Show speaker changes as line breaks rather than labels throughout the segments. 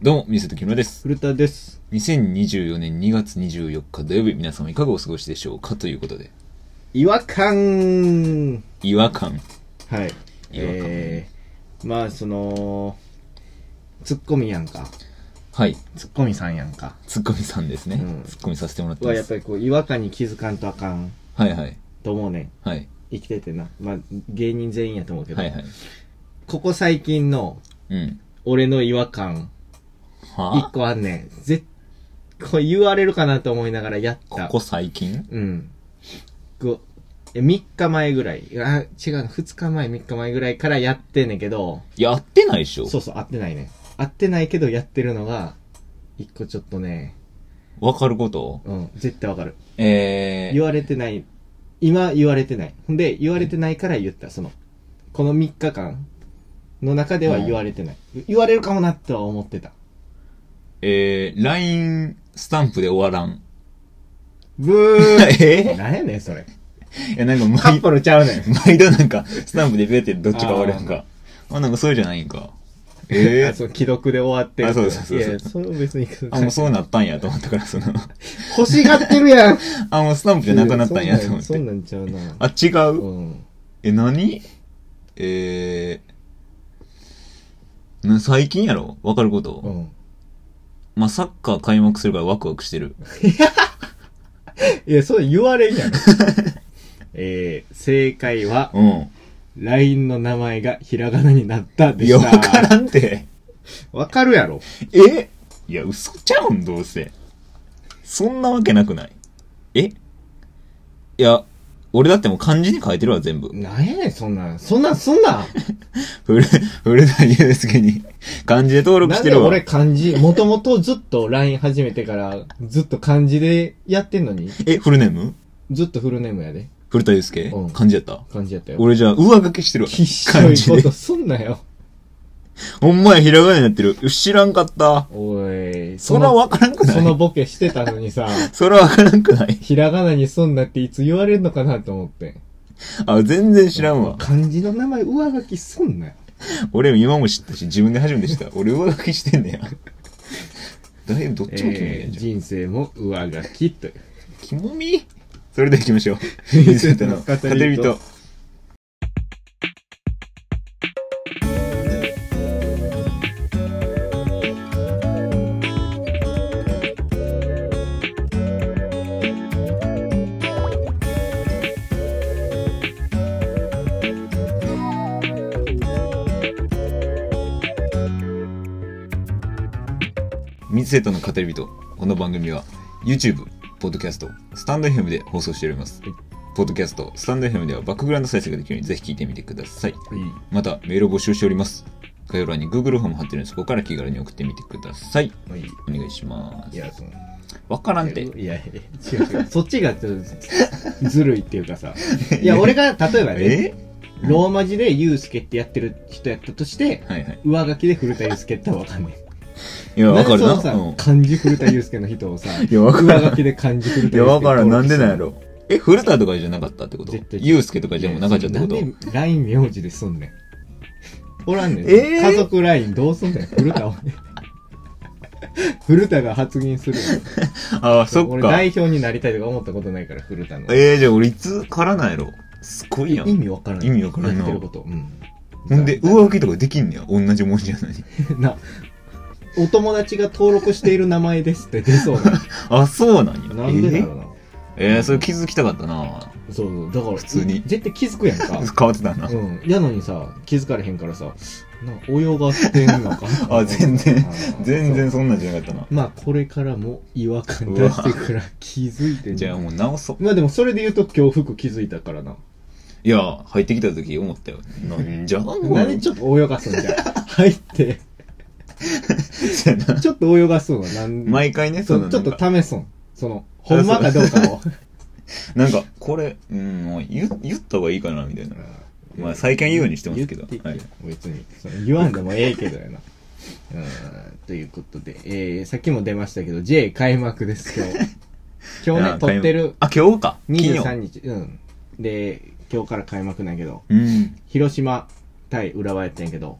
どうも、ミセと木村です。
古田です。
2024年2月24日土曜日、皆様いかがお過ごしでしょうかということで、
違和感
違和感。
は
違和
い。
感
えー、まあ、その、ツッコミやんか。
はい、
ツッコミさんやんか。
ツッコミさんですね。
うん
ツッコミさせてもらってま
は、やっ
す。
ぱりこう、違和感に気づかんとあかん
はいはい。
と思うねん。
はい。
生きててな。まあ、芸人全員やと思うけど。
はいはい。
ここ最近の、
うん。
俺の違和感、一
は
個あんねん。ぜこれ言われるかなと思いながらやっ
あ
た。
ここ最近
うん。こう、3日前ぐらい。あ、違う、2日前、3日前ぐらいからやってんねんけど、
やってないでしょ
そうそう、合ってないね。合ってないけどやってるのが、一個ちょっとね、
わかること
うん、絶対わかる。
え
言
ー、
われてない。今言われてない。ほんで、言われてないから言った。その、この3日間の中では言われてない。言われるかもなとは思ってた。
えー、LINE スタンプで終わら ん。
ブー
え
何やねん、そ れ。
ー、いやなんか
カッ
毎
プルちゃうねん。
毎度なんか、スタンプでペってどっちが終わるんか。あ、なんかそうじゃないんか。え
あ
ー、
そう既読で終わってる。
あそうそうそうそう
いや、それ別に。
あ、もうそうなったんやと思ったから、その。
欲しがってるやん。
あ、もうスタンプじゃなくなったんやと思っ
そん
て。
なんそんなんちゃうな。
あ、違
う。
うんえ、何えー、な最近やろわかるこ
う
と
ん。
まあ、サッカー開幕するからワクワクしてる。
いや、そう言われ んやろ。えー、正解は、
うん。
LINE の名前がひらがなになったで
いや、
し
わ
た。
からんて。
わかるやろ。
えいや、嘘ちゃうん、どうせ。そんなわけなくないえいや、俺だってもう漢字に書いてるわ、全部。
なんやねん、そんなん。そんなん、そんなん。
古、古田祐介に漢字で登録
な
し
ん
て
で
るわ。
俺漢字、もともとずっと LINE 始めてから、ずっと漢字でやってんのに、
え、フルネーム
ずっとフルネームやで。
古田祐介
うん
漢字やった
漢字やったよ。
俺じゃあ、上書きしてるわ。
必死の
漢
こ
字で
とすんなよ。
ほんまや、ひらがなになってる。知らんかった。
おい、
そら
の
わからんくな
その
い
ボケしてたのにさ、
そらわからんくない
ひらがなにすんなっていつ言われるのかなと思って。
あ、全然知らんわ。
漢字の名前上書きすんなよ。
俺今も知ったし、自分で初めて知った。俺上書きしてんねや。だいぶどっちもキモみや
え
んじ
ー
ゃん。
人生も上書きという。
キモみそれでは行きましょう。
ミ
ミ
セ
セ
と
と
の
の
語
語
り人
り人。ミセとの語り人。この番組は YouTube、ポッドキャスト、スタンド FM で放送しております。ポッドキャスト、スタンド FM ではバックグラウンド再生ができるようにぜひ聞いてみてください。また、メールを募集しております。概要欄に Google フォーム貼ってるので、そこから気軽に送ってみてください。
いい。
お願いしま
い
す。
や、その。
わからんて。
いやいや、違う違う。そっちがちょっとずるいっていうか さ。いや、俺が、例えばね、
え
ローマ字でユウスケってやってる人やったとして、
はいはい。
上書きで古田ユウスケってわかんね
い
え。
や、わかるな。
んでその
う
さ、漢字古田ユウスケの人をさ、
いやわからん
上書きで漢字古
ん。い
田
や、
ユウスケ。
わからん。なんでなんやろ。え、古田とかじゃなかったってこと
絶対違う
ゆうすけとかじゃもうなかったってこと
なんで LINE 名字ですんねん。おらんねん。
えー
家族 LINE どうすんねん。古田を。 古田が発言するよ。
ああ、そっ
俺
か。
代
え
表になりたいとか思ったことないから、古田の。
ー、じゃあ俺いつからなんやろ。すごいや
意
ん。
味わからん。
意味わからんな
やってること。うん。
ほんで、上書きとかできんねや。同じ文字やのに。
な、お友達が登録している名前ですって出そう
あ、そうなんや。
な。なんでだろうな。
えーえーそれ気づきたかったな
そうそう、だから、
普通に
絶対気づくや んか。
変わってたな
う。ん。やのにさ、気づかれへんからさ、な、泳がしてんのか。
あ全然
あー
全然。そんなんじゃなかったな
そう。まあ、これからも違和感出してくらい気づいてん
じゃあもう直そう。
まあでも、それで言うと今日服気づいたからな。
いや、入ってきた時思ったよ。なんじゃこれ
なんでちょっと泳がすんじゃん。入って、
そうやな
ちょっと泳がすんわ。なん
毎回ね、
そ、
そうの
ち
な
ょっ
んか
と試すん。その、ほんまかどうかを。
なんか、これ、うん、もう言言った方がいいかな、みたいな。まあ、最近言うようにしてますけど。
言って
はいい
いよ。別に。その言わんでもええけどやな。うん、ということで、えー、さっきも出ましたけど、J 開幕です、今 日。今日
あ
ね、撮ってる
あ、今日か。昨
23
日。
日、うん。で、今日から開幕なんやけど、
うん。
広島対浦和やったんやけど、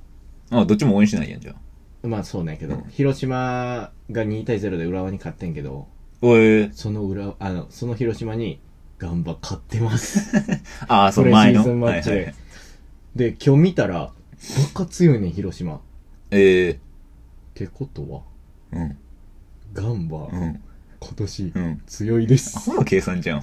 あ、どっちも応援しないやん、じゃあ。
まあそうなんやけど、
うん
広島が2対0で浦和に勝ってんけど、
おえ
その浦和、あの、その広島に、ガンバ勝ってます。
ああ、その前の。
プレシーズンマッチで。で、今日見たら、バカ強いねん、広島。っ
ええ
てことは、
うん、
ガンバ、
うん、
今年
う、ん。
強いです。
その計算じゃん。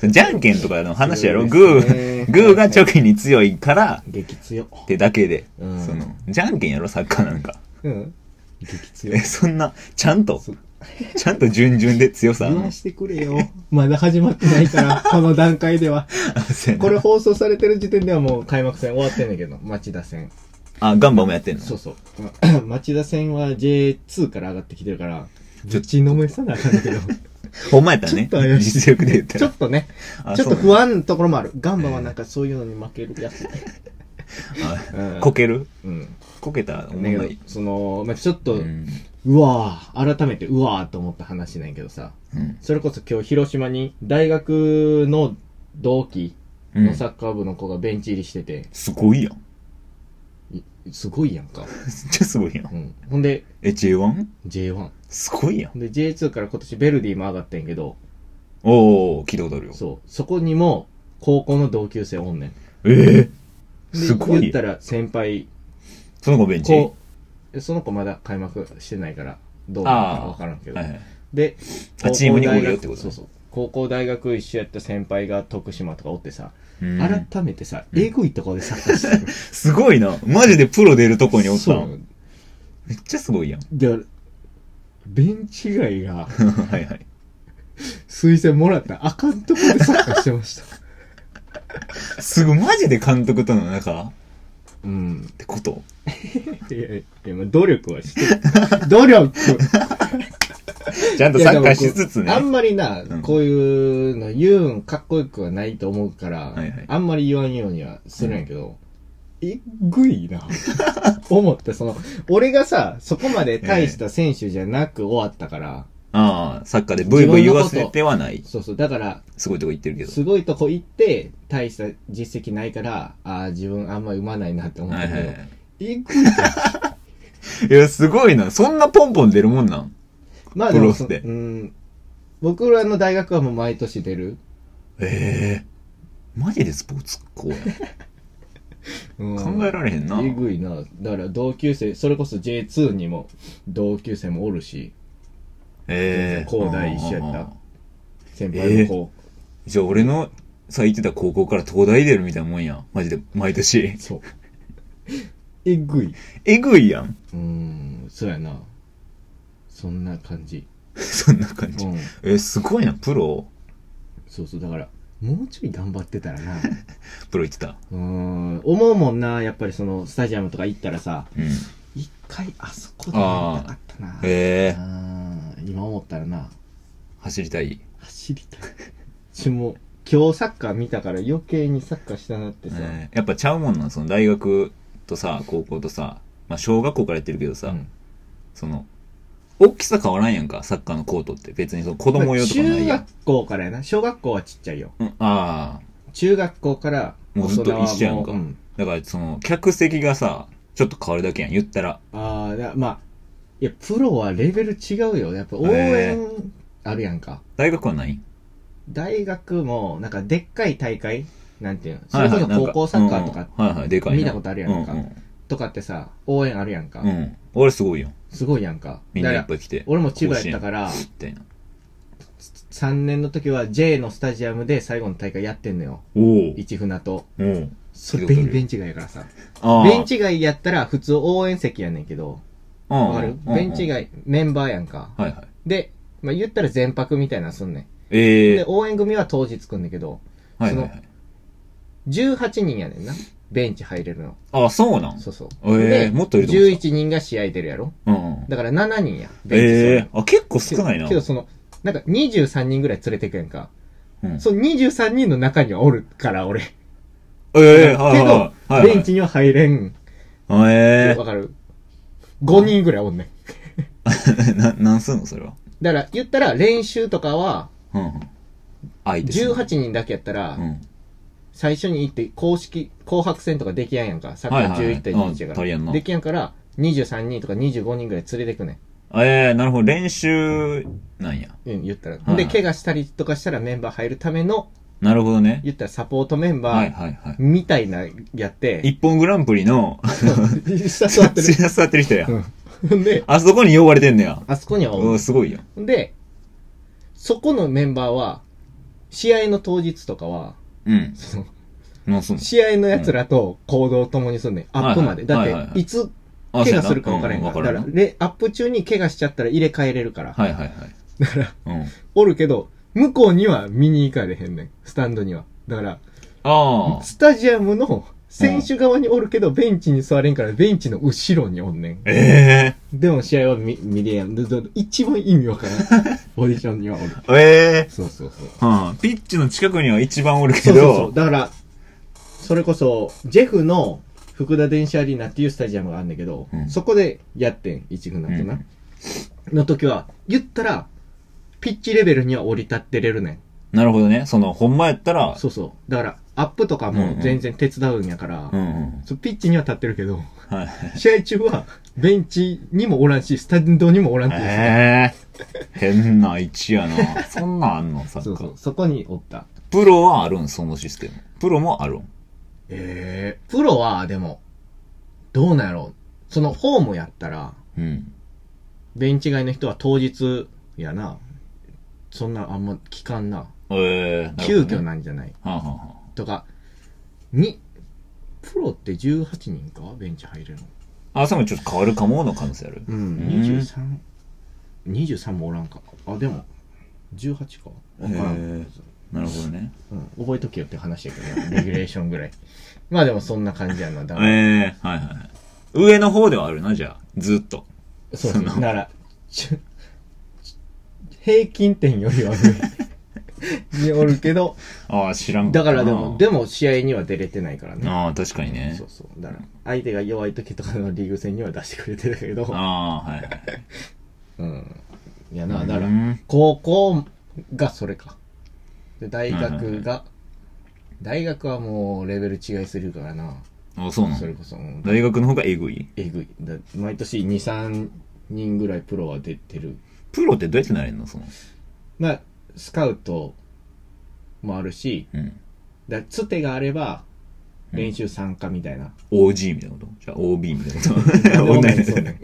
そのじゃんけんとかの話やろ、
強
グ
いですね
ー、グーが直近に強いから
激強。
ってだけで、
うん
その、じゃんけんやろ、サッカーなんか。
うん。激強
え、。そんな、ちゃんと
そ、
ちゃんと順々で強さあん
言
の
わしてくれよ。まだ始まってないから、この段階では。
あそうやな
これ放送されてる時点ではもう開幕戦終わってんだけど、町田戦。
あ、ガンバもやってんの
そうそう。うん 町田戦は J2 から上がってきてるから、
ちょ
ぶちのめさなあかんけど、
ほんまやったらね
ちょっと怪しい。
実力で言った
ちょ
ら
っ。とね、
あ
ちょっと
そう
不安なところもある。ガンバはなんかそういうのに負けるや つ。
なんだ
う
あ
ん
こける
うん。
こけたらおも
だけ
ろ
ど
い。、
その、まあ、ちょっ
う
と、
ん。
うわぁ、改めてうわぁと思った話なんやけどさ、
うん。
それこそ今日広島に大学の同期
う
の
ん
サッカー部の子がベンチ入りしてて、
すごいやん。め
いすごいやんか。
っちゃすごいやん
う。ん。ほんで、
え、J1?
J1。
すごいやん。
で、J2 から今年ベルディも上がってんけど、
おー、聞いたことあるよ。
そう。そこにも、高校の同級生おんねん。
ええ
で
すご
言
い
っ。たら先輩、
その子ベンチ
こう、えその子まだ開幕してないから、どうなのかわからんけど。
はいはい。
で、
あチームにおるよってことね
そうそう。高校大学一緒やった先輩が徳島とかおってさ、
うん
改めてさ、えぐいとこでサッカーしてる。
すごいな。マジでプロ出るとこにおった
そ
の
う。
めっちゃすごいやん。
で、ベンチ外が
はいはい。
推薦もらったあかんとこでサッカーしてました。
すごい、マジで監督との仲っ
うん。
てこと
いやいや、まあ努力はしてる。 努力
ちゃんとサッカーしつつ
い
ね
やでもこうあ。んまりな、
うん
こういうの言うんかっこよくはないと思うから、
はいはい
あんまり言わんようにはするんやけど、えっぐいな。思った、その、俺がさ、そこまで大した選手じゃなく終わったから、
ああ、サッカーでブイブイ言わせてはない。
そうそう、だから、
すごいとこ行ってるけど。
すごいとこ行って、大した実績ないから、ああ、自分あんま生まないなって思っ
はい
たけ
はい
ど
は、い。
えっぐいな。
いや、すごいな。そんなポンポン出るもんなん。
まあで
プ
も
ロ
そ、
っ
う
て
ん、僕らの大学はもう毎年出る。
ええマジでスポーツ校や。
うん
考えられへんな。
えぐいな。だから同級生、それこそ J2 にも同級生もおるし、
ええ
高大一緒やった
うん
先輩もこう、
じゃあ俺の、さ、行ってた高校から東大出るみたいなもんや。マジで、毎年。
そう。えぐい。
えぐいやん。
うーん、そうやな。そんな感じ。
そんな感
う
じ。
ん。
え、すごいな。プロ
そうそう、だから、もうちょい頑張ってた らな。
プロ行ってた。
うーん、思うもんな、やっぱりその、スタジアムとか行ったらさ、
うん。
一回あそこでやりたかったな。
ええ
うん今思ったらな、
走りたい。
走りたい。 ちょ、もう、今日サッカー見たから余計にサッカーしたなってさ。
ええやっぱちゃうもんなん。その大学とさ、高校とさ、まあ小学校からやってるけどさ、
うん
その、大きさ変わらんやんか、サッカーのコートって。別にその子供用とかない
中
やん。
学校からやな。小学校はちっちゃいよ。
うん、ああ。
中学校から、
もうずっと
大人はもう
一緒やんか
うん
だからその、客席がさ、ちょっと変わるだけやん。言ったら。
ああ、だまあ、いや、プロはレベル違うよ。やっぱ応
へ
援あるやんか。
大学はない
大学も、なんかでっかい大会なんていうのそれこそ高校サッカーとか、
はいはい、でかいな。
見たことあるやんか
うん
とかってさ、応援あるやんか
うん。う。ん。俺すごいよ。
すごいやんか。
みんないっ
だか
ぱ
ら
い来て。
俺も千葉やったから、
みたいな。
3年の時は J のスタジアムで最後の大会やってんのよ。
おお。
一船と。
おお。
そ
聞
れ
いたこと
ベ
あ
ン
る
ベンチ外やからさ。
ああ。
ベンチ外やったら普通応援席やねんけど、
うん、
わかる
うん
ベンチ。外、メンバーやんか。
はいはい。
で、まあ、言ったら全泊みたいなのすんねん。
ええ
で、応援組は当日来んだけど、
はいはいはい。
18人やねんな。ベンチ入れるの。
ああ、そうなん
そうそう。
ええ
で
もっといると思ってた
11人が試合出るやろ
うんうん。
だから7人や。
ええ
座る
あ、結構少ないな。
けどその、なんか23人ぐらい連れてくやんか。
うん
その23人の中にはおるから、俺。
ええはい
け
は
ど
いはい。、
ベンチには入れん。
はい。え
わかる ?5 人ぐらいおんねん。
え な、なんすんのそれは。
だから、言ったら練習とかは、
うんうん。相手する。
18人だけやったら、
うん。
最初に行って、公式、紅白戦とかできやんやんか。サッカ
はい
ー
はいはい
11対11
う
や
ん足りやん
か
な
ら。できやんから、 23人とか25人ぐらい連れてくね
あえー、なるほど。練習なんや。
ん。うん、言ったら。ほんで、
はい
怪我したりとかしたらメンバー入るための、
なるほどね。
言ったらサポートメン
は
バ
い
ー
はいはい。
みたいなやって、
一本グランプリの、
下座ってる。
座ってる人や。
ほんで、
あそこに呼ばれてんねや。
あそこにはおる
うん、すごいやん。
ほんで、そこのメンバーは、試合の当日とかは、
うん。
その
まあ、そうなん
試合の奴らと行動を共にすんねん。
はいはい
アップまで。だ
はいはい
っ
は
て、
い
いつ
あ
怪
そうや
我
な
するか分からへんか
う
ら。
んわ
だ
る
から、レアップ中に怪我しちゃったら入れ替えれるから。
はいはいはい。
だから、
うん。
おるけど、向こうには見に行かれへんねん。スタンドには。だから、
ああ。
スタジアムの選手側におるけど、ベンチに座れんから、ベンチの後ろにおんねん。
え
でも試合は見見れやん。だだ一番意味 わからん。ポジションにはおる。
え。え
そうそうそう。
え。うん。ピッチの近くには一番おるけ
そうそうそ
ど
う。、だから、それこそ、ジェフの福田電車アリーナっていうスタジアムがあるんだけど、
うん
そこでやってん、一軍なんてな。
うん
の時は、言ったら、ピッチレベルには降り立ってれるねん。
なるほどね。その、ほんまやったら、
そうそう。だから、アップとかも全然手伝うんやから、
うんうん。
そうピッチには立ってるけど、
はい。
試合中は、ベンチにもおらんし、スタンドにもおらんっていう
ええ。変な位置やな。そんなんあんのサ ッ
そう
カ
そ
ー
う。。そこにおった。
プロはあるん、そのシステム。プロもあるん。
ええプロは、でも、どうなんやろう。その、ホームやったら、
うん。
ベンチ外の人は当日やな。そんなあんま聞かんな。
ええ。な
急
るほどね
遽。なんじゃない
はあはあはあ
とか、に、プロって18人かベンチ入れるの。
あ、それもちょっと変わるかもの可能性ある。
うん、23、23もおらんか。あ、でも、18か。わから
へ
ん
ー。なるほどね。
うん、覚えとけよって話やけどな、レギュレーションぐらい。 まあでもそんな感じやな。だから、
ええはいはいはい。上の方ではあるな、じゃあ。ずっと。
そう
そ
そう。
の
だから、ちゅ平均点よりは上におるけど、
ああ、知らん
だからでも、で
も。
も試合には出れてないからね。
ああ、確かにね
そう。そう。だから、相手が弱い時とかのリーグ戦には出してくれてるけど、
ああ、はいはい。
うん。いやな、だか
う
ら
ん、
高校がそれか。で、大
はいはい
学
は
が、大学はもうレベル違いするからな。
あそうな
そ
の
れこそ、うん
大学の方がエグい
えぐい。だ毎年2、3人ぐらいプロは出てる。
プロってどうやってなれるのその。
まあ、スカウトもあるし、
うん。
だつてがあれば、練習参加みたい な。
OG みたいなことじゃあ OB みたいなこ
なん で
と
もない
同じ
そうね。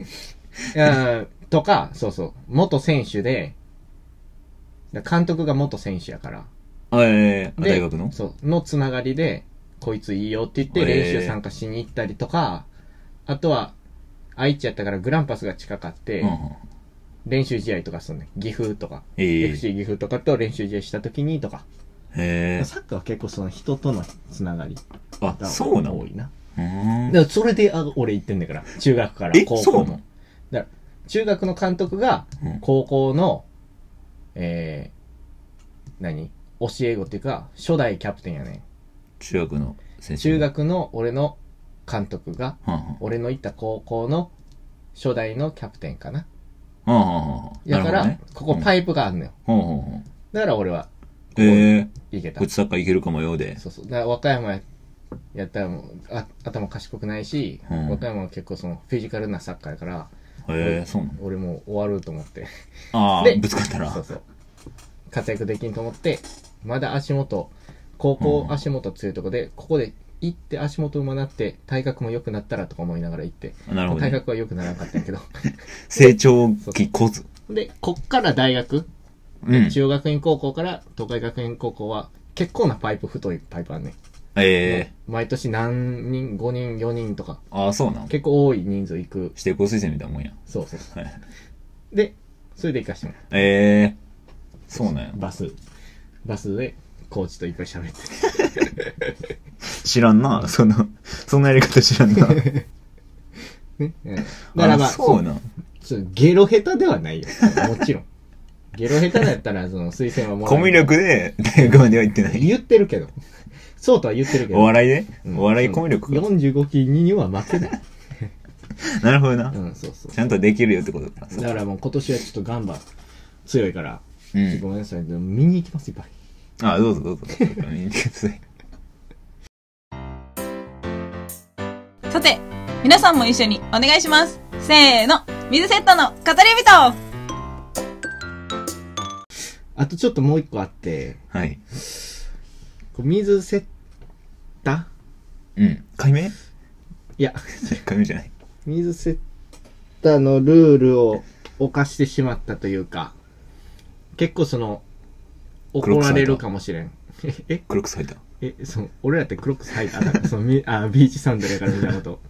うんとか、そうそう。元選手で、だ監督が元選手やから。
あええ
で
大学の
そう。のつながりで、こいついいよって言って
へえ
練習参加しに行ったりとか、あとは、愛知やったからグランパスが近かって、
うんうん。
練習試合とかすんねん。岐阜とか、
ええ
FC 岐阜とかと練習試合した時にとか。
へえ
サッカーは結構その人とのつながり
あ、
が
そうなの
多いな。
うーん
だからそれであ俺行ってんだから、中学から
え
高
そう
校
なの
も。だから中学の監督が
うん
高校の、えー、何教え子っていうか、初代キャプテンやね
中学の先
ん。
生。
中。学の俺の監督が、
はんはん。
俺の行った高校の初代のキャプテンかな。
はんはんはんはん。
だから、ここパ
イ。
イプがあんのよ。
うんはんはんはん。
だから俺は
ええ
行けた
こい。つサッカーいけるかもようで。
そうそう。だから和歌山やったらもうあ頭賢くないし、
うん
和歌山は結構そのフィジカルなサッカーやから、
へえそうなの
俺もう終わると思って。
ああ、
で
ぶつかったら。
そうそう。活躍できんと思って、まだ足元、高校
うん
足元強いとこで、ここで行って足元馬なって、体格も良くなったらとか思いながら行って、
なるほど
体
ね。
格は良くならなかったんやけど。
成長期こず。
で、こっから大学、
うん。
中学院高校から東海学院高校は、結構なパイプ、太いパイプあんねん。
ええ
毎年何人、5人、4人とか、
ああ、そうなの
結構多い人数行く。
指定校推薦みたいなもんや。
そう そうそ。
はいう
で、それで行かしてもらう
ええそうなんや。
バス。バスで、コーチといっぱい喋って。
知らんな。その、そんなやり方知らん な。
ね。うんだからまあ、
あそうなん。
そうそうゲロ下手ではないよ。もちろん。ゲロ下手だったら、その、推薦はもら
コミュ力で大学までは行ってない。
言ってるけど。そうとは言ってるけど。
お笑いで
うん
お笑いコミュ力か。
45期には負けない。
なるほどな
う。ん、そうそう
ち。ゃんとできるよってことか。
だからもう今年はちょっとガンバ強いから、
う
ちょっと
ん。
ごめんなさい。でも見に行きます、いっぱい。
ああ、どうぞど うぞ。見てください。
さて皆さんも一緒にお願いしますせーの水セットの語り人
あとちょっともう一個あって、
はい。
こう水セッタ
うん。解明
いや、
解明じゃない。
水セッタのルールを犯してしまったというか、結構その、怒られるかもしれん。 え、
黒く咲いた。
え、その、俺らってクロックス履いただからそのみあ、ビーチサンダルやからみたいなこと。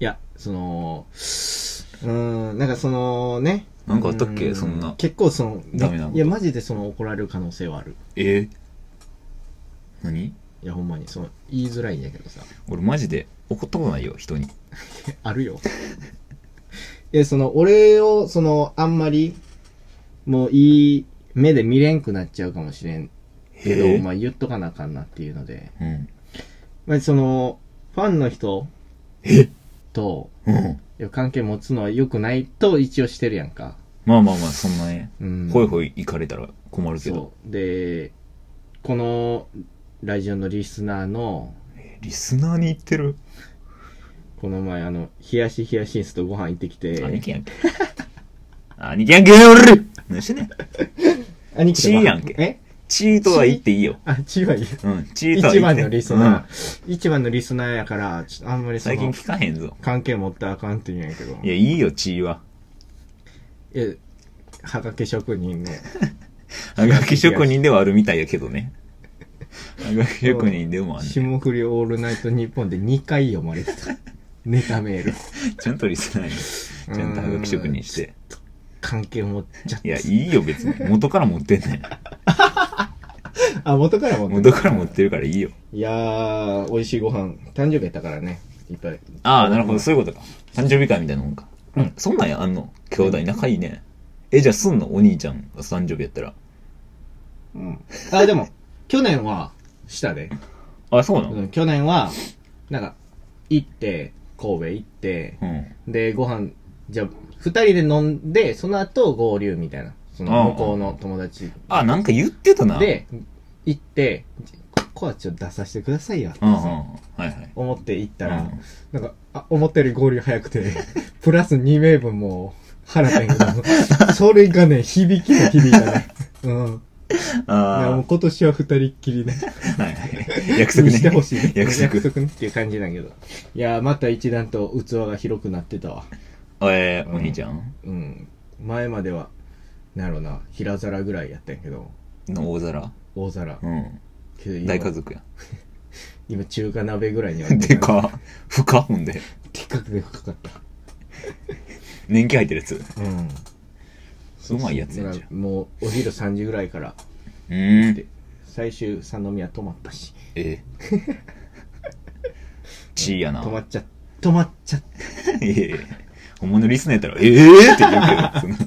いや、その、うーん、なんかそのね。
なんかあったっ
う
け
ー
そんな。
結構その、ね
ダメなこと
いや、マジでその怒られる可能性はある。
えー、何
いや、ほんまに、その、言いづらいんやけどさ。
俺マジで怒ったことないよ、人に。
あるよ。 え、その、俺を、その、あんまり、もういい目で見れんくなっちゃうかもしれんけ
へえ
ど、まあ言っとかなあかんなっていうので。
うん。
まあその、ファンの人
え
と、
うん。
関係持つのは良くないと一応してるやんか。
まあまあまあ、そんなね。
うん。
ほいほい行かれたら困るけど。
そう。で、このラジオのリスナーの、
リスナーに言ってる。
この前あの、冷やし冷やしんすとご飯行ってき
兄
て、
貴やんけ。兄貴やんけお る何してんねん。
兄貴とご飯
チーやんけ
え
チートは言っていいよ。
あ、チ ーはいい。
うん、チートは
一
言っ
番
て。
のリスナー、一番のリスナーやから、ちょっとあんま
う
り
ん
そ
最近
の、
聞かへんぞ。
関係持ったらあかんって言うんやけど、
いや、いいよ、チーは。
え、はがき職人の、
あがき職人ではあるみたいやけどね。あがき職人でもあんねん
霜降りオールナイトニッポンで2回読まれ てた。ネタメール。
ちゃんとリスナーに、ちゃんとはがき職人して。
関係持っちゃっ
い
て
や、いいよ、別に。元から持ってんね
あ、元から
ん。
持って
元から持ってるからいいよ。
いやー、美味しいご飯、誕生日やったからね、いっぱい。
ああ、なるほど、そういうことか。誕生日会みたいなもんか。うん。そんなんや、あんの。兄弟仲いいね。え、じゃあすんのお兄ちゃんが誕生日やったら。
うん。あ、でも、 去年は、したで。
あ、そうなの
うん、去年は、なんか、行って、神戸行って、
うん。
で、ご飯、じゃあ、二人で飲んで、その後合流みたいな。そ
ああ
の、向こうの友達
あ、なんか言ってたな。
で、行って、ここはちょっと出させてくださいよ、って
うんうん。
さ
はいはい。
思って行ったら、
うん
なんか、あ、思ったより合流早くて、 プラス2名分も腹ペンが、それがね、響きが響いた ね。うん。いやもう
あ
今年は二人っきりね、
あ、はいはい。約束
に
ね。
してほしい ね。
約束。
ねっていう感じなんやけど。いやー、また一段と器が広くなってたわ。
えー、お兄ちゃん
うん。前までは、なんやろな、平皿ぐらいやったんやけど、
の大皿。
大皿。
うん。
けど今
大家族や。
今中華鍋ぐらいにはなって
で
る
か、深ほんで。
でっかくでかかった。
年季入ってるやつ。
うん。
うまいやつやんじゃん。
もうお昼3時ぐらいから
うーん。
最終三宮泊まったし
ええ。ちいやな。
泊まっちゃ泊まっちゃ
いやいや本物リスナーやったら、ええー、って言うけど、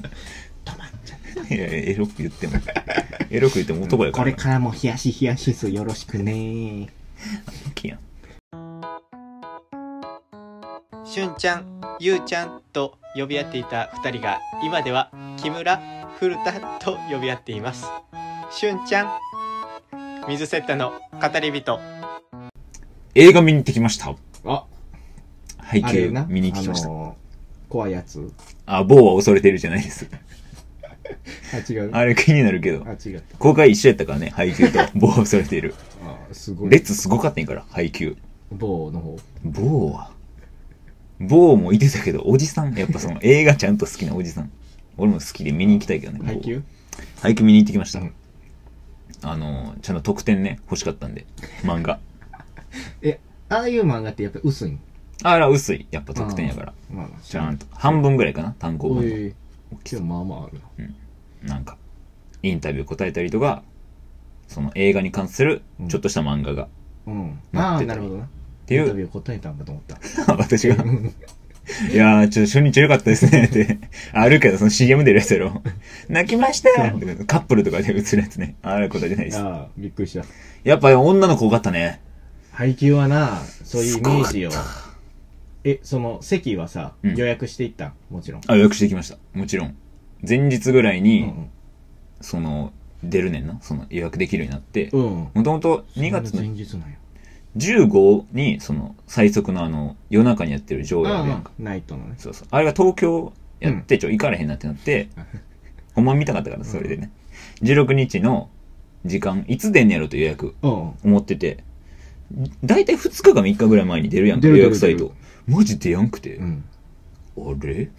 泊まっちゃ
その、いやいや、エロく言っても、エロく言っても男やか
こ
ら
れ
な。
からも冷やし冷やしすよろしくね
キやん。
しゅんちゃん、ゆうちゃんと呼び合っていた二人が今では木村、古田と呼び合っています。しゅんちゃん、水セッタの語り人。
映画見に行ってきました。
あ
背
あれ
景
よな
見に行ってきました。
あのー怖いやつ
あ、某は恐れてるじゃないです。
あ違うあ
あれ気になるけど。
違った
公開一緒やったからね、配給と。某は恐れている。
あすご
レッ
い
ツすごかったんやから、配給。
某の方
某は。某もいてたけど、おじさん。やっぱその映画ちゃんと好きなおじさん。俺も好きで見に行きたいけどね。
配給
某配給見に行ってきました
うん。
あの、ちゃんと特典ね、欲しかったんで。漫画。
えああいう漫画ってやっぱ薄いん
あら、薄い。やっぱ特典やから。
まあまあ
ちゃんと。半分ぐらいかな、単行
お
本の。
い今日まあまああるな
なんか、インタビュー答えたりとか、その映画に関する
うん
ちょっとした漫画が。っ
うんあ
なっ
あ
てた
なるほどなって
い
インタビ
う、
ュー答えたんかと思った
私が、
うん
いやー、ちょっと初日良かったですね。って、あるけど、その CM 出るやつやろ。泣きましたよとかカップルとかで映るやつね。あることじゃないです。
ああびっくりした
やっぱり女の子多かったね。
配給はな、そういうイメージを
すご。
え、その席はさ、
うん
予約していったんもちろん。
あ、予約してきました。もちろん。前日ぐらいうに、
ん
その、出るねんな。その予約できるようになって
う。ん。うん。
もともと2月
それ
の
前日なんや。
15に、その、最速のあの、夜中にやってる上映あるやんか。
うんナイトのね。
そうそう。あれが東京やって、ちょ、行かれへんなってなって
うん、
ほんま見たかったから、それでね。16日の時間、いつ出んねやろと予約、
うん。
思ってて、だいたい2日か3日ぐらい前に出るやんか、
出る
予
出る
約サイト。マジ出やんくて。
うん。
あれ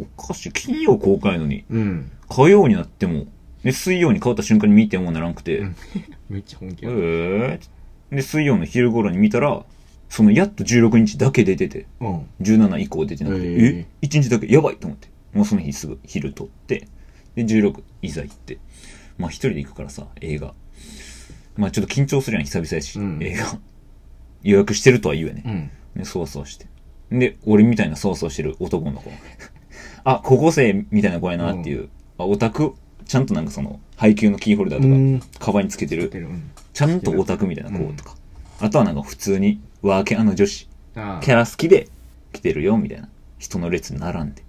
おかしい。金曜公開のに、
うん。
火曜になっても、で、水曜に変わった瞬間に見てもならんくて、
うんめっちゃ本気
え
だ。
ーで、水曜の昼頃に見たら、そのやっと16日だけ出てて、
うん。
17以降出てなくて、
えー
え一 ?1 日だけやばいと思って。もうその日すぐ昼撮って、で、16、いざ行って。まあ一人で行くからさ、映画。まあちょっと緊張するやん、久々やし、
うん
映画。予約してるとは言うやね。
うん。
で、そわそわして。で、俺みたいなそわそわしてる男の子。 あ、高校生みたいな子やなっていう。あ、オタクちゃんとなんかその、配給のキーホルダ
う
ー
ん
とか、カバンにつけてる。
うん
ちゃんとオタクみたいな子とか。あとはなんか普通に、ワーキャーの女子、
あ
キ
あ。
ャラ好きで来てるよ、みたいな。人の列に並んで。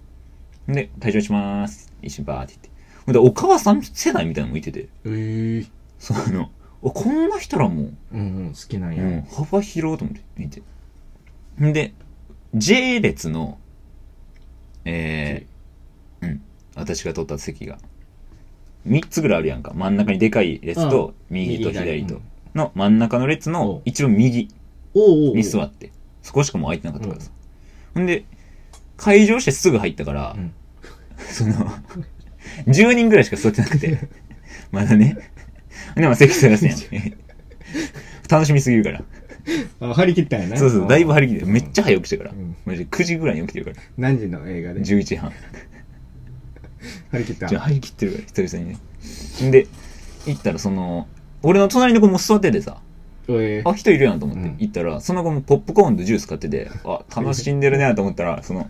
で、退場しまーす。一緒にバーって言って。ほんで、お母さん世代みたいなのもいてて。
えー
その、あこんな人らもう、
うんうん、好きなん
う
や。
ん、幅広いと思って見て。んで、J 列の、えー、うん、私が取った席が、3つぐらいあるやんか。真ん中にでかい列と、右と左
う
と
ん。
の真ん中の列
お
の
う
一番右
おうおう。
に座って、そこしかもう空いてなかったからさ。ほんで、会場してすぐ入ったから、
うん
その、10人ぐらいしか座ってなく て、まだね。でも席探すやん。楽しみすぎるから。
あ張り切ったんやね。
そうそう、だいぶ張り切って、めっち
ゃ。
ゃ早起きしてから
うん。
マジで9時ぐらいに起きてるか
何時の映画
ら。
で
11時半。
張り切った
じゃあ張り切ってるから、久々にね。で、行ったらその、俺の隣の子も座っててさ、
おえ
あ、人いるやんと思って
うん
行ったら、その子もポップコーンとジュース買って て、あ、楽しんでるねと思ったら、その、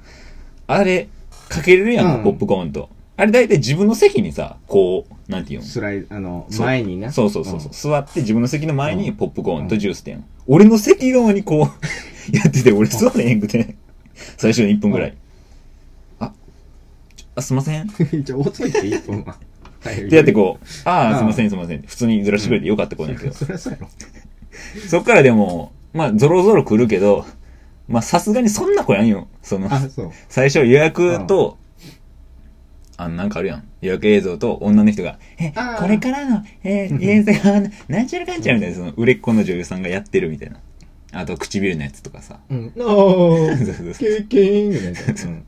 あれ、かけれるやん
う
か、
ん
ポップコーンと。あれ大体自分の席にさ、こう、なんていうの
スライド、あの、
そう
前にな。
そうそうそうそう、座って自分の席の前に
うん
ポップコーンとジュースってん、俺の席側にこう やってて俺座れへんくて最初の1分ぐらい、
うん
あちょあすいませんっ
うん。 じゃあ遅いって1分は。って
やってこうあ
うん
あすいませんすいません普通にずらしてくれてよかった子なんだけど、
そりゃそうやろ。
そっからでもまあゾロゾロ来るけどまあさすがにそんな子やんよその
あ、そう。
最初予約と、あの、なんかあるやん。予約映像と女の人が、え
あ、ー
これからの、えー、映像が、なんちゃらかんちゃらみたいな、その、売れっ子の女優さんがやってるみたいな。あと、唇のやつとかさ。
うん。お
そう
ー。
そうそう
経験ぐらいだようん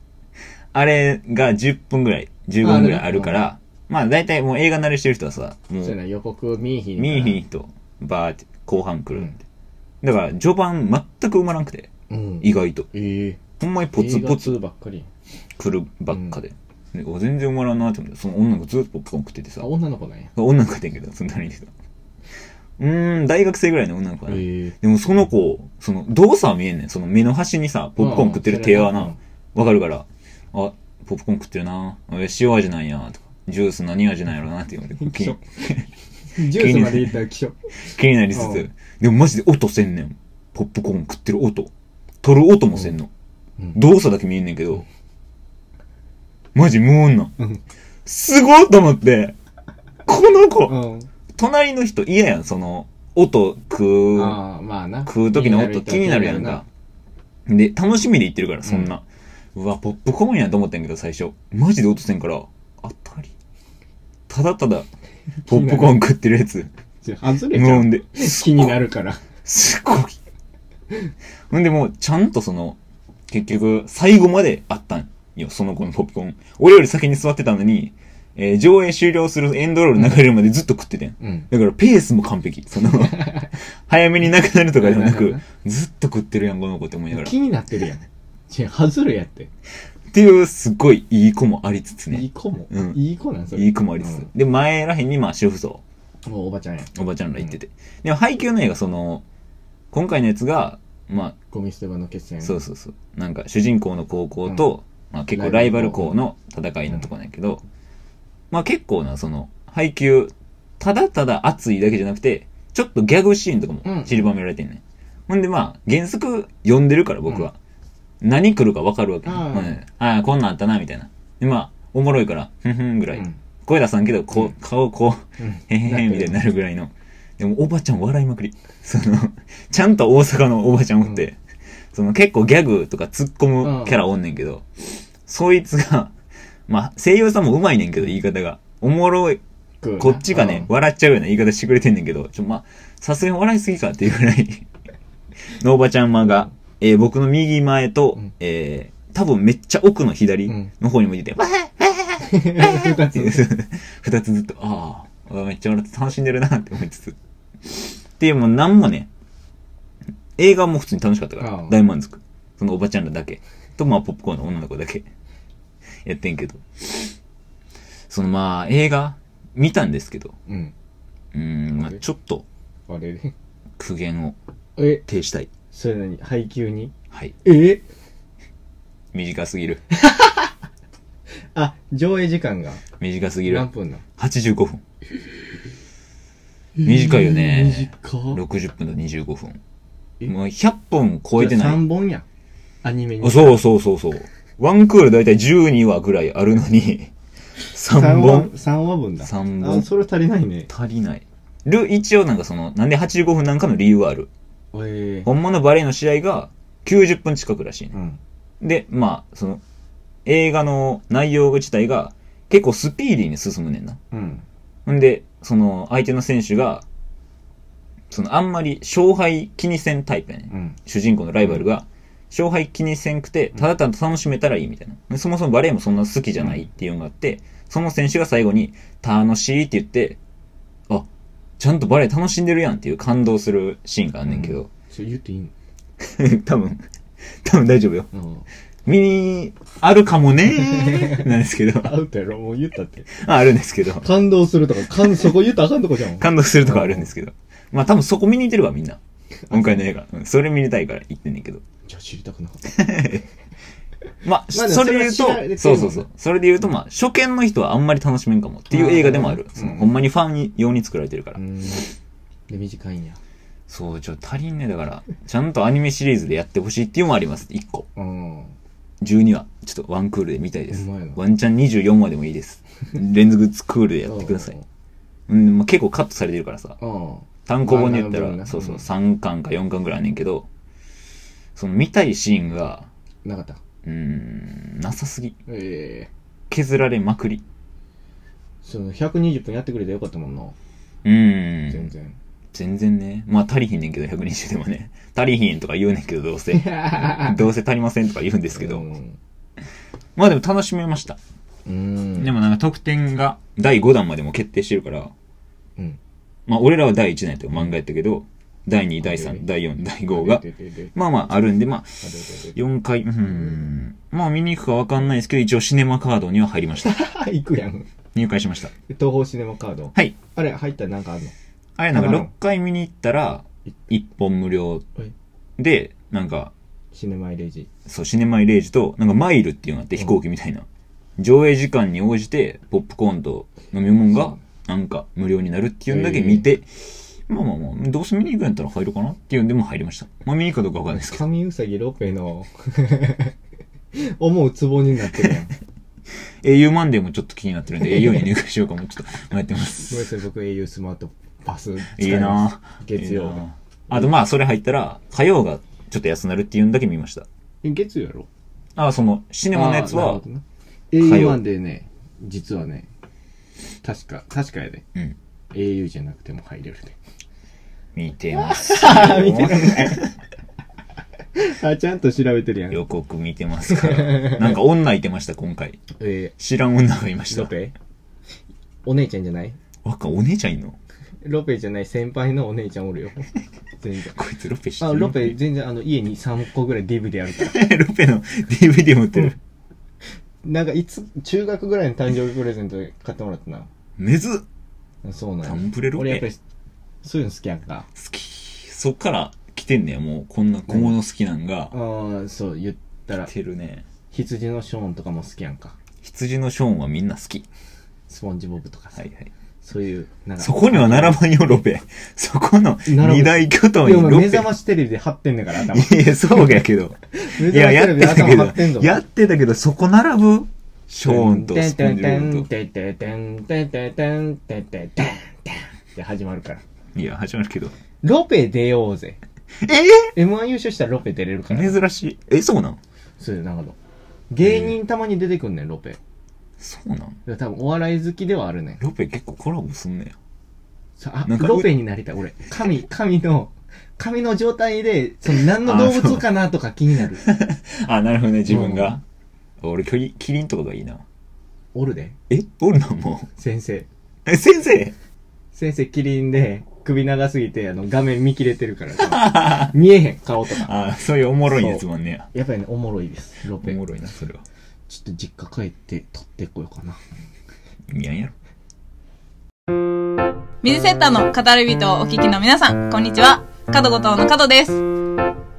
あれが10分ぐらい、15分ぐらいあるから、まあ、大体もう映画慣れしてる人はさ、も
そうや
う、
な、予告見えひん。
見えひん人、バーって、後半来る
うん
んで。だから、序盤全く埋まらんくて、
うん。
意外と。
ええ。
ほんまにポツポツ
映画通ばっかり。
来るばっかで。でお全然埋まらんなって思って、その女の子ずっとポップコーン食っててさ
あ、。女の子なんや。
女の子やってんけど、その隣の人。うーん、大学生ぐらいの女の子やな
ええ。
でもその子、その動作は見えんねん。その目の端にさ、ポップコーン食ってる手は
うん
な、わかるから、あ、ポップコーン食ってるな、え塩味なんや、とか、ジュース何味なんやろなって言 われて、
気
気
象
に
ジュースまで言ったら気象。
気になりつ
う
つ
ん、
でもマジで音せんねん。ポップコーン食ってる音。取る音もせんの。
うん
動作だけ見えんねんけど、マジ無音なん。
うん。
すごいと思って、この子、
うん。
隣の人嫌やん、その、音食う、
ああ、まあな。
食う時の音気になるやんか。。で、楽しみで言ってるから、そんな。うわ、ポップコーンやと思ったんやけど、最初。マジで音せんから、当たり。ただただ、ポップコーン食ってるやつ、
ちょ外れち
無
ゃう
音。で。
気になるから。
すっごい。ほんでもう、ちゃんとその、結局、最後まであったんよ、その子のポップコーン。俺より先に座ってたのに、えー上映終了するエンドロール流れるまでずっと食っててん。
うん。
だからペースも完璧。その、 早めになくなるとかでもな
なる
く
ほどね、
ずっと食ってるやん、この子って思いながら。
気になってるやん。ちょ外れやって。
っていう、すっごいいい子もありつつ
い
ね
い。子も
うん。
いい子なんそれ。
いい子もありつつ。で、前らへんに、まあ、主婦層、
うん。もうおばちゃんや。
おばちゃんら行ってて。でも、配給の映画、その、今回のやつが、ま
ゴミ捨て場の決戦。
あ、そうそうそう。なんか、主人公の高校と、まあ、結構ライバル校の戦いのとこなんやけど、まあ、結構な、その、配給、ただただ熱いだけじゃなくて、ちょっとギャグシーンとか
うん
も散りばめられてんね、ん。ほんで、まあ、原則読んでるから、僕は。何来るかわかるわけ、ね
あ
う
あ
んああ、こんなんあったな、みたいな。で、まあ、おもろいから、ふんふんぐらい。
うん
声出さんけど、こう、顔こう、
うん
へへへ、みたいになるぐらいの。でもおばちゃん笑いまくり。 その、ちゃんと大阪のおばちゃんおって、その結構ギャグとか突っ込むキャラおんねんけど、そいつが、 まあ声優さんもうまいねんけど言い方が。おもろい、
く
こっちがね、、笑っちゃうような言い方してくれてんねんけど、ちょ、まあ、さすがに笑いすぎかっていうぐらい、 のおばちゃんまが、えー僕の右前と、
うん
えー多分めっちゃ奥の左の方に向いてて、わー
うん、2
ってい
つ。
う二つずっと、ああ、めっちゃ笑って楽しんでるなって思いつつ。っていう、もうなんもね、映画も普通に楽しかったか
あ
ら
あ、
大満足。そのおばちゃんらだけ。と、まあ、ポップコーンの女の子だけ。やってんけど。そのまあ、映画、見たんですけど、
うん。
うーん、まあ、
あれ
ちょっと
あれで。
苦言を
え、
呈したい。
それ何配給に
はい。
え
短すぎ る。
あ、上映時間が
短すぎる
何。分なの
85分。短いよね。
短っ。
60分と25分。
え
もう100分超えてない。
3本やん。アニメに。
あそうそうそうそう。ワンクールだいたい12話ぐらいあるのに、3
三
本
本。三話分だ。
三
あ、
本
それ足りないね。
足りない。る、一応なんかその、なんで85分なんかの理由はある。
ええ
本物バレーの試合が90分近くらしいね
う。ん。
で、まあ、その、映画の内容自体が結構スピーディーに進むねんな。
うん。
んで、その、相手の選手が、その、あんまり勝敗気にせんタイプやねん。
うん。
主人公のライバルが、勝敗気にせんくて、ただただ楽しめたらいいみたいな。でそもそもバレーもそんな好きじゃないっていうのがあって、その選手が最後に、楽しいって言って、あ、ちゃんとバレー楽しんでるやんっていう感動するシーンがあんねんけど、
それ言っていいの
多分、多分大丈夫よ。
うん。
見に、あるかもねー なんですけど、
アウトやろもう言ったって。
ああるんですけど、
感動するとか、感そこ言ったらあかんとこじゃん。
感動するとかあるんですけど、まあ多分そこ見に行ってるわ、みんな。今回の映画。うんそれ見れたいから行ってんねんけど。
じゃあ知りたくなかった。
まあ、
まあでも
それで言う
それは知られてるもん
と、
ね
そうそうそう。それで言うと、まあ、初見の人はあんまり楽しめんかもっていう映画でもある
う。ん
その
うん
ほんまにファンに用に作られてるから
う。ん。で、短いんや。
そう、ちょ、足りんねだから、ちゃんとアニメシリーズでやってほしいっていうのもあります。1個。
うん。
12話。ちょっとワンクールで見たいです
ほんまやな。
ワンチャン24話でもいい です。連続クールでやってください。うん、まあ、結構カットされてるからさ。
うん。
単行本に言った
まあ
ら、そうそう、
うん
3巻か4巻ぐらいあんねんけど、その見たいシーンが、
なかった。
うーん、なさすぎ。
ええ
削られまくり。
その120分やってくれてよかったもんな。
うーん。
全然。
全然ね。まあ足りひんねんけど、120でもね。足りひんとか言うねんけど、どうせ。 どうせ足りませんとか言うんですけ
う
ど。
ん。
まあでも楽しめました。
うん
でもなんか得点が第5弾までも決定してるから、
うん。
まあ俺らは第1弾やったよ漫画やったけど、第2、第
はい
3、第4、第5が
で、ででで
まあまああるんで、まあ
あででで
4回、うーん。まあ見に行くかわかんないですけど、一応シネマカードには入りま した。
あ行くやん。
入会しました。
東宝シネマカード。
はい。
あれ、入ったらなんかあんの
あれなんか
ただの
6回見に行ったら、1本無料
はい
で、なんか
シネマイレージ。
そう、シネマイレージと、なんかマイルっていうのがあって、飛行機みたいな。上映時間に応じて、ポップコーンと飲み物が、なんか無料になるっていうんだけ見て、まあまあまあ、どうせ見に行くんやったら入るかなっていうんでも入りました。まあ見に行くかどうかわかんないですけど。
神うさぎロペの、 思うツボになってるやん。
英雄マンデーもちょっと気になって るんで、英雄に入会しようかもちょっと 迷ってま
ごめんな
す。
さい、僕 au スマートパス
い
使
い
ます
なぁ
月曜
いい
が
なぁあとまあ、それ入ったら、火曜がちょっと安なるっていうんだけ見ました。
え月曜やろ
ああ、その、シネマのやつ
あ
は
ー、なるほどな au マンでね、実はね、確か、確かやで。
うん、
au じゃなくても入れるで。
見てます。
あ、 見てない。あ、ちゃんと調べてるや ん。
予告見てますから。なんか女いてました、今回。
え
知らん女がいまし
ー、
た
ロ。ペお姉ちゃんじゃない
わっか、お姉ちゃんいんの
ロペじゃない先輩のお姉ちゃんおるよ。全然。
こいつロペ知って
あ、
る
ロペ全然あの家に3個ぐらい DVD あるか ら。
ロペの DVD 持ってる。
なんかいつ、中学ぐらいの誕生日プレゼントで買ってもらったな。
めず
そうな
タ
の。
ンプレロ
俺やっぱ
ペ
り
好、
そういうの好きやんか。
き。そっから来てんねや、もう。こんな小物好きなんが。
ああ、そう、言ったら
来、てるね。
羊のショーンとかも好きやんか。
羊のショーンはみんな好き。
スポンジボブとかさ。
はいはい。
そういう、なんか。
そこには並ばんよ、ロペ。 そこの
並ぶ
二大巨頭
い
に
や、お
ロ
前
ペ。
目覚ましテレビで貼ってんねんから、頭。 目
いや、そうやけど。い
覚
や、
まし
や
テ
っ
レ
て
ビで
た
頭貼って
け
んぞ
ど、。やってたけど、そこ並ぶショーンとスポンジボブと。
てんてんてんてんてんてんてんてんてんてんてんてんてんって始まるから。
いや、始まるけど。
ロペ出ようぜ。
え
M1 優勝したらロペ出れるから。
珍しい。え、そうなん
そうよ、長野。芸人たまに出てくんねん、ロペ。だか
そうなん
ら多分お笑い好きではあるねん。
ロペ結構コラボすんねや。
さあ、
なんか
ロペになりたい、俺。 神、神の、神の状態で、その何の動物かなとか気になる。
あ、なるほどね、自分が。俺、キリキリンとかがいいな。
おるで、
え、おるな、も
先 生。
う。え、先生
先生、キリンで、首長すぎて、あの、画面見切れて るから、見えへん、顔とか。
あ、そういうおもろいやつもんねや。
やっぱりね、おもろいです、ロ
お
ペ。ちょ
も
っ
ろいな、それは。
と実家帰って、撮ってこようかな。
いやんやろ。
水セッターの語る人をお聞きの皆さん、こんにちは。角後藤の角です。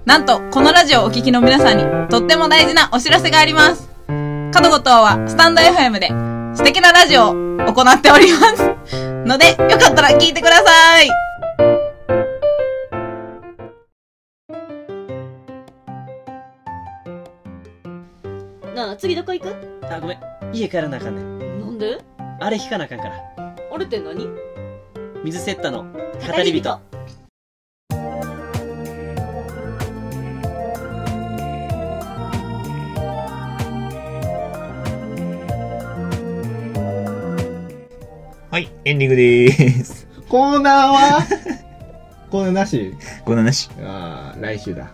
なんと、このラジオをお聞きの皆さんに、とっても大事なお知らせがあります。角後藤は、スタンド FM で、素敵なラジオを行っております。ので、よかったら聞いてください。
なあ次どこ行く
あごめん家帰らなあかんねん
なんで
あれ引かなあかんから
あれって何
水セッタの語り人
はい、エンディングでーす。
コーナーは コーナーなし
こんな話。
ああ、来週だ。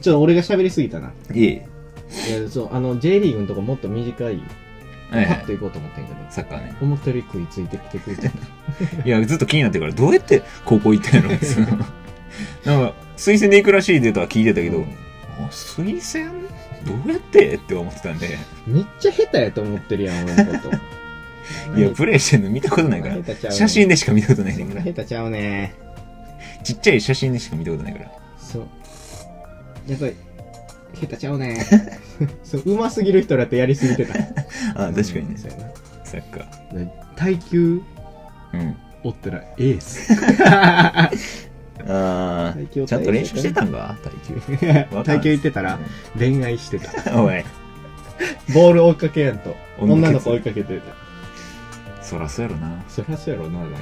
ちょっと俺が喋りすぎたな。
いえ。
いや、そう、あの、J リーグのとこもっと短い、パ
はいは
ッ
い
と。行こうと思ったんやけど、
サッカーね。
思ったより食いついてきてくれた。
いや、ずっと気になってるから、どうやって高校行ったん やろそのなんか、推薦で行くらしいデータは聞いてたけど、あ推薦どうやってって思ってたんで、
めっちゃ下手やと思ってるやん、俺のこと。
いや、プレイしてるの見たことないから、
下手ちゃうね
写真でしか見たことないねんか
そんな
ら、
下手ちゃうね。
ちっちゃい写真でしか見たことないから。
そう。やっぱり、下手ちゃ うね。そう、うますぎる人だってやりすぎてた。
あ、確かに
う
ね
ん、そうやな
サッカー。
耐久
うん。
おったらエ ース。
あ
耐久
ー、ちゃんと練習してたんか 耐久。
耐久行ってたら恋愛してた。
おい、
ボール追いかけやんと。
女の子
女の子追いかけてた。
そらそうやろな。
そりゃそうやろな、なんか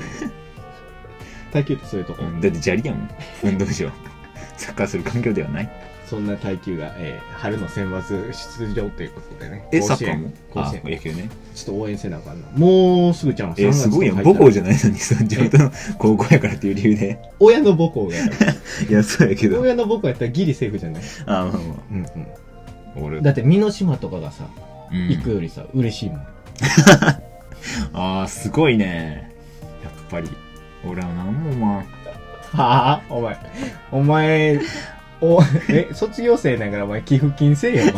耐久ってそういうとこ。
うんだって砂利やもん、運動場。 サッカーする環境ではない。
そんな耐久が、えー春の選抜出場ということでね。
え、
甲
サ
子
ッカー
園
も
甲
あ
子、園。
野球ね。
ちょっと応援せなあかんな。もうすぐちゃうん。
え、すごいやん。母校じゃないのにさ、地元の高校やからっていう理由で。
親の母校がや から。
いや、そうやけど。
親の母校やったらギリセーフじゃない
あ、まあま
うん
あ。俺、
うん。だって、美濃島とかがさ、
うん
行くよりさ、嬉しいもん。
ああ、すごいね。やっぱり。俺は何もまあ。
はあ お前、お前、 お、え、卒業生ながらお前寄付金せえよ、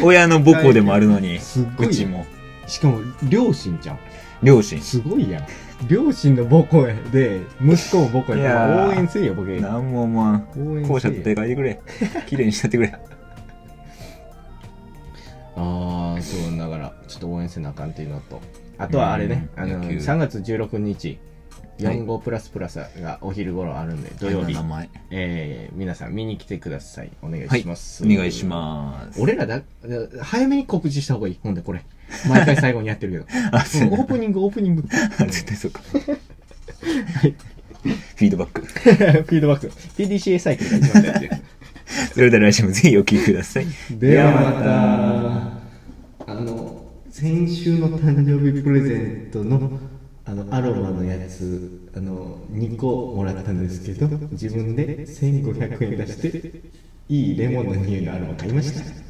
お前。
親の母校でもあるのに、
すっご
う
い
ち
よ。
も。
しかも、両親じゃん。
両親。
すごいやん。両親の母校やで、息子も母校やか
いや
ら
ー
応援せえよ、ボケ。
何もま
応
あ、
援
校舎
せ
と
え
でか
よ。
いてく れ。綺麗にしたってくれ。
ああ、そう、だから、ちょっと応援せなあかんっていうのと。あとはあれね、
うん
あの、
野球
3月16日、
はい
45プラスプラスがお昼頃あるんで、土曜日
名、前。
えー、皆さん見に来てください。お願い
はい
します。
お願いします。
俺らだ、だ早めに告知した方がいい。ほんで、これ。毎回最後にやってるけ
あ、そう
ど。
やな
うんオープニング、オープニ ング。
あ絶対そう か。フィードバック。
フィードバック。PDCA サイクルが一番だってる。
それでは来週もぜひお聞きください。
ではまた、あの、先週の誕生日プレゼントの、あの、アロマのやつ、あの、2個もらったんですけど、自分で1500円出して、いいレモンの匂いのアロマ買いました。